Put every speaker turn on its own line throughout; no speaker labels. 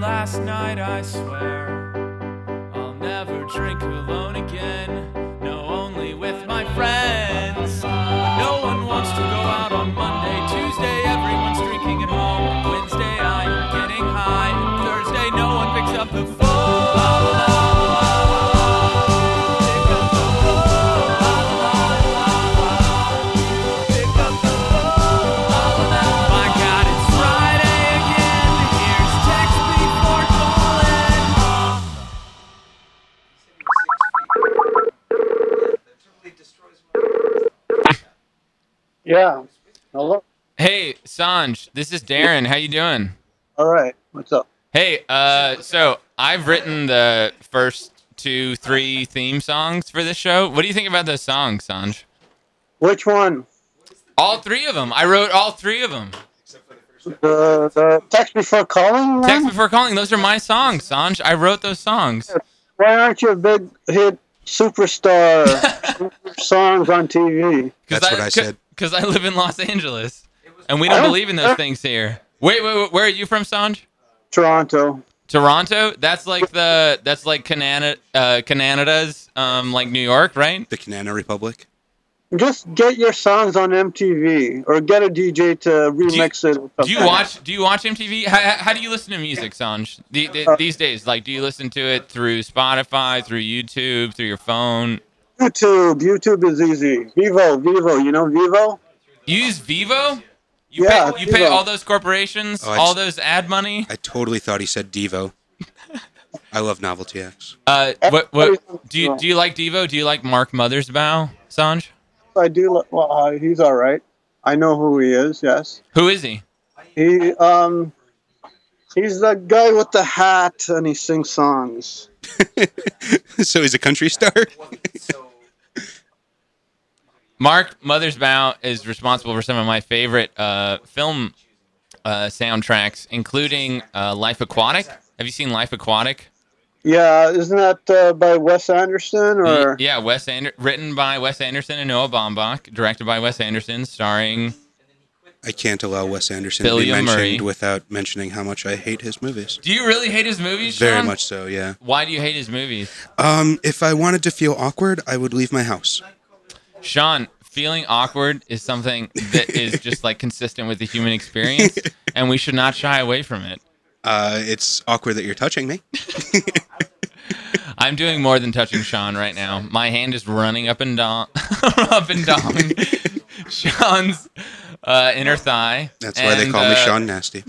last night, I swear. I'll never drink alone again. No, only with my friends. No one wants to go out on Monday, Tuesday, everyone's drinking at home. Wednesday, I'm getting high. Thursday, no one picks up the My God, it's Friday again. Here's text before calling.
Yeah. Hello.
Hey, Sanj, this is Darren. How you doing?
All right. What's up?
Hey, uh, so I've written the first two, three theme songs for this show. What do you think about those songs, Sanj?
Which one?
All three of them. I wrote all three of them.
The the text before calling one.
Text before calling. Those are my songs, Sanj. I wrote those songs.
Why aren't you a big hit superstar? songs on TV.
Cause
That's what I said.
Because I live in Los Angeles, and we don't
I don't-
believe in those things here. Wait, wait, wait. Where are you from, Sanj?
Toronto.
Toronto. That's like the that's like Canada, uh, Canada's, um, like New York, right?
The Canana Republic.
Just get your songs on MTV or get a DJ to remix it. or
Do you
something.
watch? Do you watch MTV? How, how how do you listen to music, Sanj? The,
Uh,
the, these days, like, do you listen to it through Spotify, through YouTube, through your phone?
YouTube? YouTube is easy. Vivo, Vivo. You know Vivo?
You use Vivo? You
Yeah,
pay, you pay
Vivo.
all those corporations,
Oh, I
all
just-
those ad money.
I totally thought he said Devo. I love Novelty X.
Uh, what what
Everybody's-
do you do? You like Devo? Do you like Mark Mothersbaugh, Sanj?
I do. li- Well, uh, he's all right. I know who he is. Yes.
Who is he?
He um. He's the guy with the hat and he sings songs.
so he's a country star.
Mark Mothersbaugh is responsible for some of my favorite uh, film uh, soundtracks, including uh, Life Aquatic. Have you seen Life Aquatic?
Yeah, isn't that uh, by Wes Anderson
Y-
or
Yeah, Wes Ander- written by Wes Anderson and Noah Baumbach, directed by Wes Anderson, starring
I can't allow Wes Anderson to be
Billiam
mentioned
Murray.
without mentioning how much I hate his movies.
Do you really hate his movies?
Very
Sean?
much so, yeah.
Why do you hate his movies?
Um, if I wanted to feel awkward, I would leave my house.
Sean, feeling awkward is something that is just like consistent with the human experience and we should not shy away from it.
Uh, it's awkward that you're touching me.
I'm doing more than touching Sean right now. My hand is running up and down, up and down Sean's uh, inner thigh.
That's why they
And,
call
uh,
me Sean Nasty.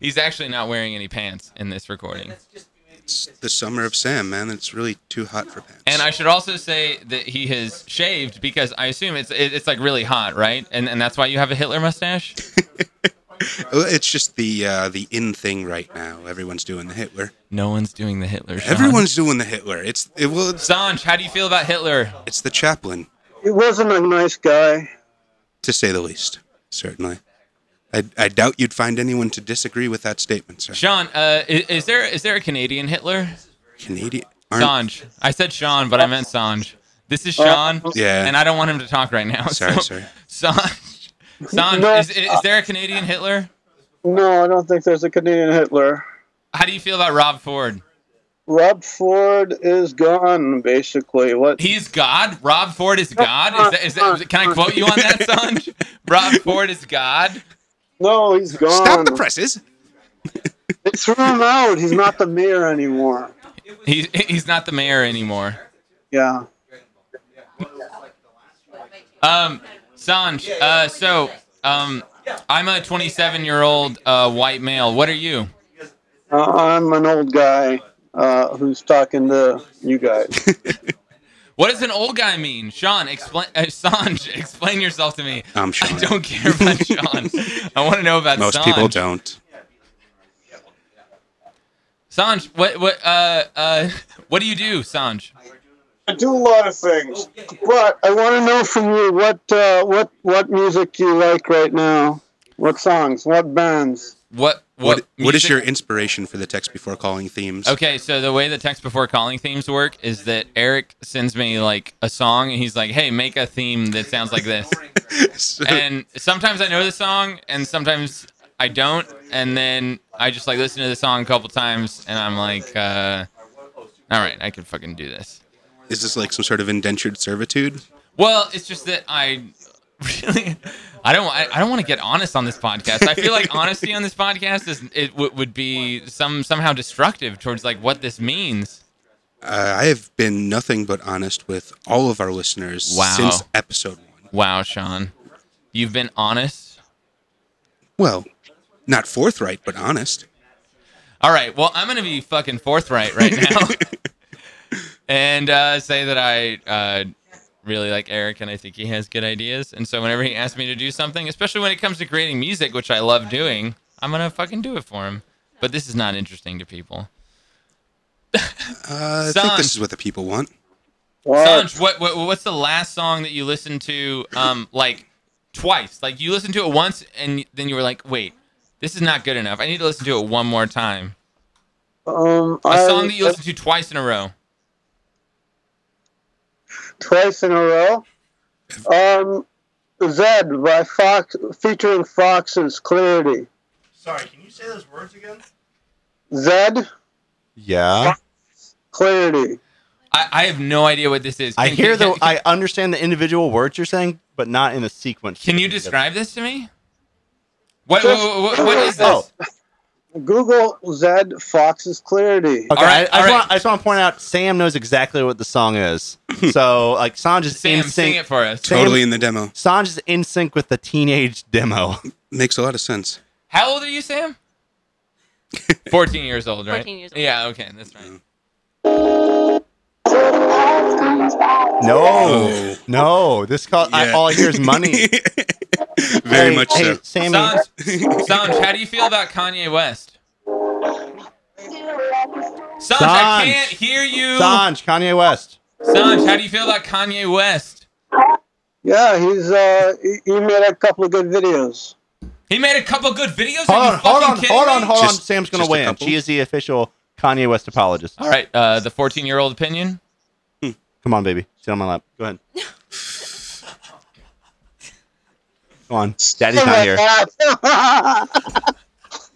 He's actually not wearing any pants in this recording.
It's the summer of Sam, man. It's really too hot for pants.
And I should also say that he has shaved because I assume it's it- it's like really hot, right? And and that's why you have a Hitler mustache.
Oh, it's just the uh, the in thing right now. Everyone's doing the Hitler.
No one's doing the Hitler. Sean.
Everyone's doing the Hitler. It's it, well, it's,
Sanj, how do you feel about Hitler?
it's the Chaplin,
he wasn't a nice guy.
to say the least. Certainly, I, I doubt you'd find anyone to disagree with that statement, sir.
Sean, uh, is, is there is there a Canadian Hitler?
Canadian. Aren't,
Sanj, I said Sean, but I meant Sanj. This
Uh,
is Sean,
Yeah.
and I don't want him to talk right now.
Sorry,
so-
sorry.
Sanj, Sanj, is, is there a Canadian Hitler?
No, I don't think there's a Canadian Hitler.
How do you feel about Rob Ford?
Rob Ford is gone, basically. What?
He's God. Rob Ford is God. Is that, is that, can I quote you on that, Sanj? Rob Ford is God.
no, he's gone.
Stop the presses.
They threw him out. He's not the mayor anymore.
He's he's not the mayor anymore.
Yeah.
Um, Sanj. Uh, so um, I'm a 27 year old uh, white male. What are you?
Uh, I'm an old guy uh, who's talking to you guys.
What does an old guy mean? Sean, explain. Uh, Sanj, explain yourself to me.
I'm Sean.
I don't care about Sean. I want to know about
Most
Sanj.
people don't.
Sanj, what what uh uh what do you do, Sanj?
I do a lot of things, but I want to know from you what uh, what what music you like right now. What songs? What bands?
What what
What what is
music-
your inspiration for the text before calling themes?
Okay, so the way the text before calling themes work is that Eric sends me like a song and he's like, "Hey, make a theme that sounds like this."
So-
And sometimes I know the song and sometimes I don't, and then I just like listen to the song a couple times, and I'm like, uh, all right, I can fucking do this.
Is this like some sort of indentured servitude?
Well, it's just that I really, I don't, I, I don't want to get honest on this podcast. I feel like honesty on this podcast is it w- would be some somehow destructive towards like what this means.
Uh, I have been nothing but honest with all of our listeners
Wow.
since episode one.
Wow, Sean, you've been honest.
Well, not forthright, but honest.
All right, well, I'm gonna be fucking forthright right now, and uh, say that I. Uh, Really like Eric, and I think he has good ideas. And so, whenever he asks me to do something, especially when it comes to creating music, which I love doing, I'm gonna fucking do it for him. But this is not interesting to people.
Uh, I
Son.
think this is what the people want.
What?
Sanj, what, what what's the last song that you listened to um like twice? Like you listened to it once and then you were like, "Wait, this is not good enough. I need to listen to it one more time."
Um,
A
I-
Uh,
song that you listened to twice in a row.
twice in a row. Um, Zed by Fox featuring Fox's Clarity.
Sorry, can you say those words again?
Zed
Yeah.
Clarity.
I, I have no idea what this is.
I
Can-
hear
can,
the.
Can,
I understand the individual words you're saying, but not in a sequence.
can you describe this to me? What what, what, what is this?
Oh,
Google Zed Fox's Clarity.
Okay,
All right,
I, I,
all
just
right.
want, I just want to point out Sam knows exactly what the song is. so like Sanj is
Sam,
in
sing it
sync.
for us.
Sam-
Totally in the demo.
Sanj is in sync with the teenage demo.
Makes a lot of sense.
How old are you, Sam? 14 years old, right?
14 years old.
Yeah, okay, that's right.
No, no. This call. I,
Yeah.
all I hear is money.
Very
Hey,
much
hey,
so.
Sammy,
Sanj, Sanj, how do you feel about Kanye West? Sanj, I
Sanj.
can't hear you.
Sanj, Kanye West.
Sanj, how do you feel about Kanye West?
Yeah, he's uh, he, he made a couple of good videos.
He made a couple good videos.
Hold
Are
on,
you
hold
fucking
on,
kidding
hold on,
me?
hold on.
Just-
Sam's gonna
just a
win.
couple?
She is the official Kanye West apologist.
All right, uh, the 14 year old opinion.
Come on, baby, sit on my lap. Go ahead. Come on, Daddy's not here.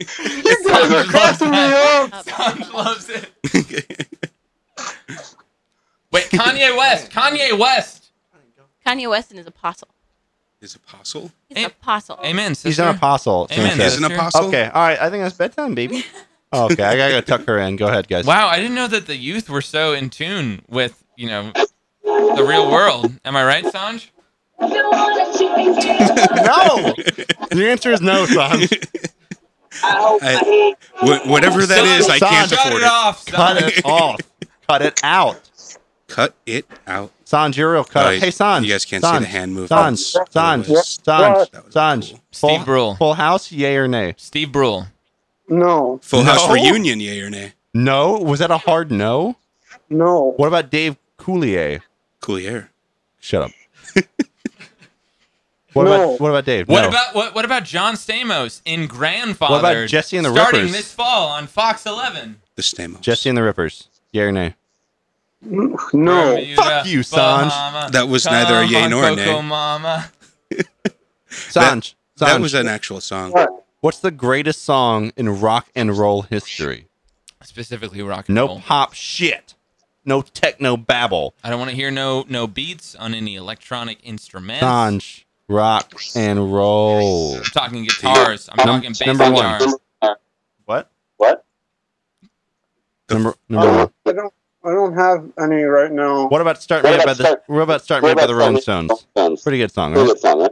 you guys are cracking me up.
Sanj loves it. Wait, Kanye West. Kanye West.
Kanye West and his apostle.
His apostle?
He's an
Am-
apostle.
Amen. Sister.
He's an apostle. Sam
Amen.
said.
He's an
Sister.
apostle?
Okay, all right. I think that's bedtime, baby. Okay, I gotta tuck her in. Go ahead, guys.
Wow, I didn't know that the youth were so in tune with you know the real world. Am I right, Sanj?
No, the answer is no, Sanj.
I, wh- whatever that is, I can't
Sanj.
Shut
afford
it
it.
off.
Cut
Sanj.
it off. Cut it out.
Cut it out.
Sanj, you're real cut.
Sorry,
Hey, Sanj.
you guys can't
Sanj,
see the hand movement.
Sanj,
That
Sanj,
was-
Sanj,
that was
Sanj.
cool.
Steve
Full-
Brule.
Full House, yay or nay?
Steve Brule.
No,
Full House
No.
reunion, yay or nay?
No. Was that a hard no?
no.
What about Dave Coulier?
Coulier.
Shut up. what
No.
about what about Dave?
What
No.
about what, what about John Stamos in Grandfather?
Jesse and the
starting
Rippers?
this fall on Fox 11?
The Stamos.
Jesse and the Rippers? Yay or nay?
No.
Fuck
uh,
you, Sanj.
That was neither a yay nor a nay.
Mama.
Sanj. Sanj.
That was an actual song.
What?
what's the greatest song in rock and roll history?
Specifically rock and
No
roll.
pop shit. No techno babble.
I don't want to hear no no beats on any electronic instruments.
Sanj. Rock and roll.
I'm talking guitars. I'm
Num-
talking bass
number one.
guitars.
What?
What?
Number number
I
one.
don't, I don't. I don't have any right now.
What about Start
What
Me Up
about
by the
Start-
What about Start Me
What
Up by
about
the Rolling
Start Me
Stones?
Up by the Rolling Stones?
Pretty good song,
Pretty
right?
good song, right?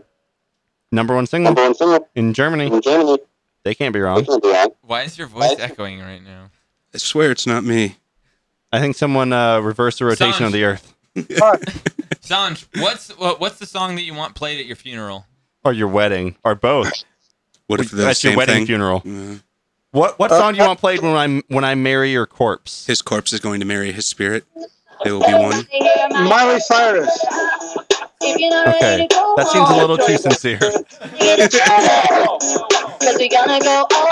Number one single
Number one single
in Germany.
from Germany.
They can't be
This
wrong.
will be on.
Why is your voice echoing right now?
I swear it's not me.
I think someone uh, reversed the rotation
Sanj.
of the Earth
Fuck.
Sanj, what's what, what's the song that you want played at your funeral?
or Oh, your wedding or both.
What if the
That's your
same
wedding
thing? Mm-hmm.
funeral.
Yeah.
What What
Uh,
song do you want played when I when I marry your corpse?
His corpse is going to marry his spirit. They will be one.
Miley Cyrus.
Okay, that seems a little too sincere.
All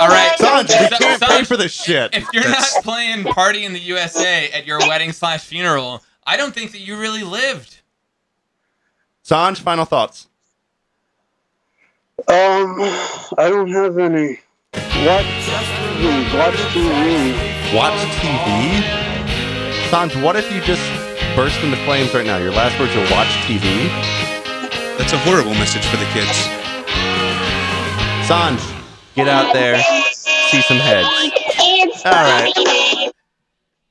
right,
Sanj, we
Sa-
can't pay
Sanj,
for this shit.
If you're not playing "Party in the USA" at your wedding slash funeral, I don't think that you really lived.
Sanj, final thoughts.
Um, I don't have any. Watch TV. Watch TV.
Watch TV? Sans, what if you just burst into flames right now? Your last words are watch TV?
That's a horrible message for the kids.
Sans, get out there, see some heads.
It's
All right.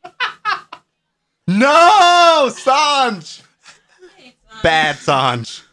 funny.
No, Sanj. Bad Sanj.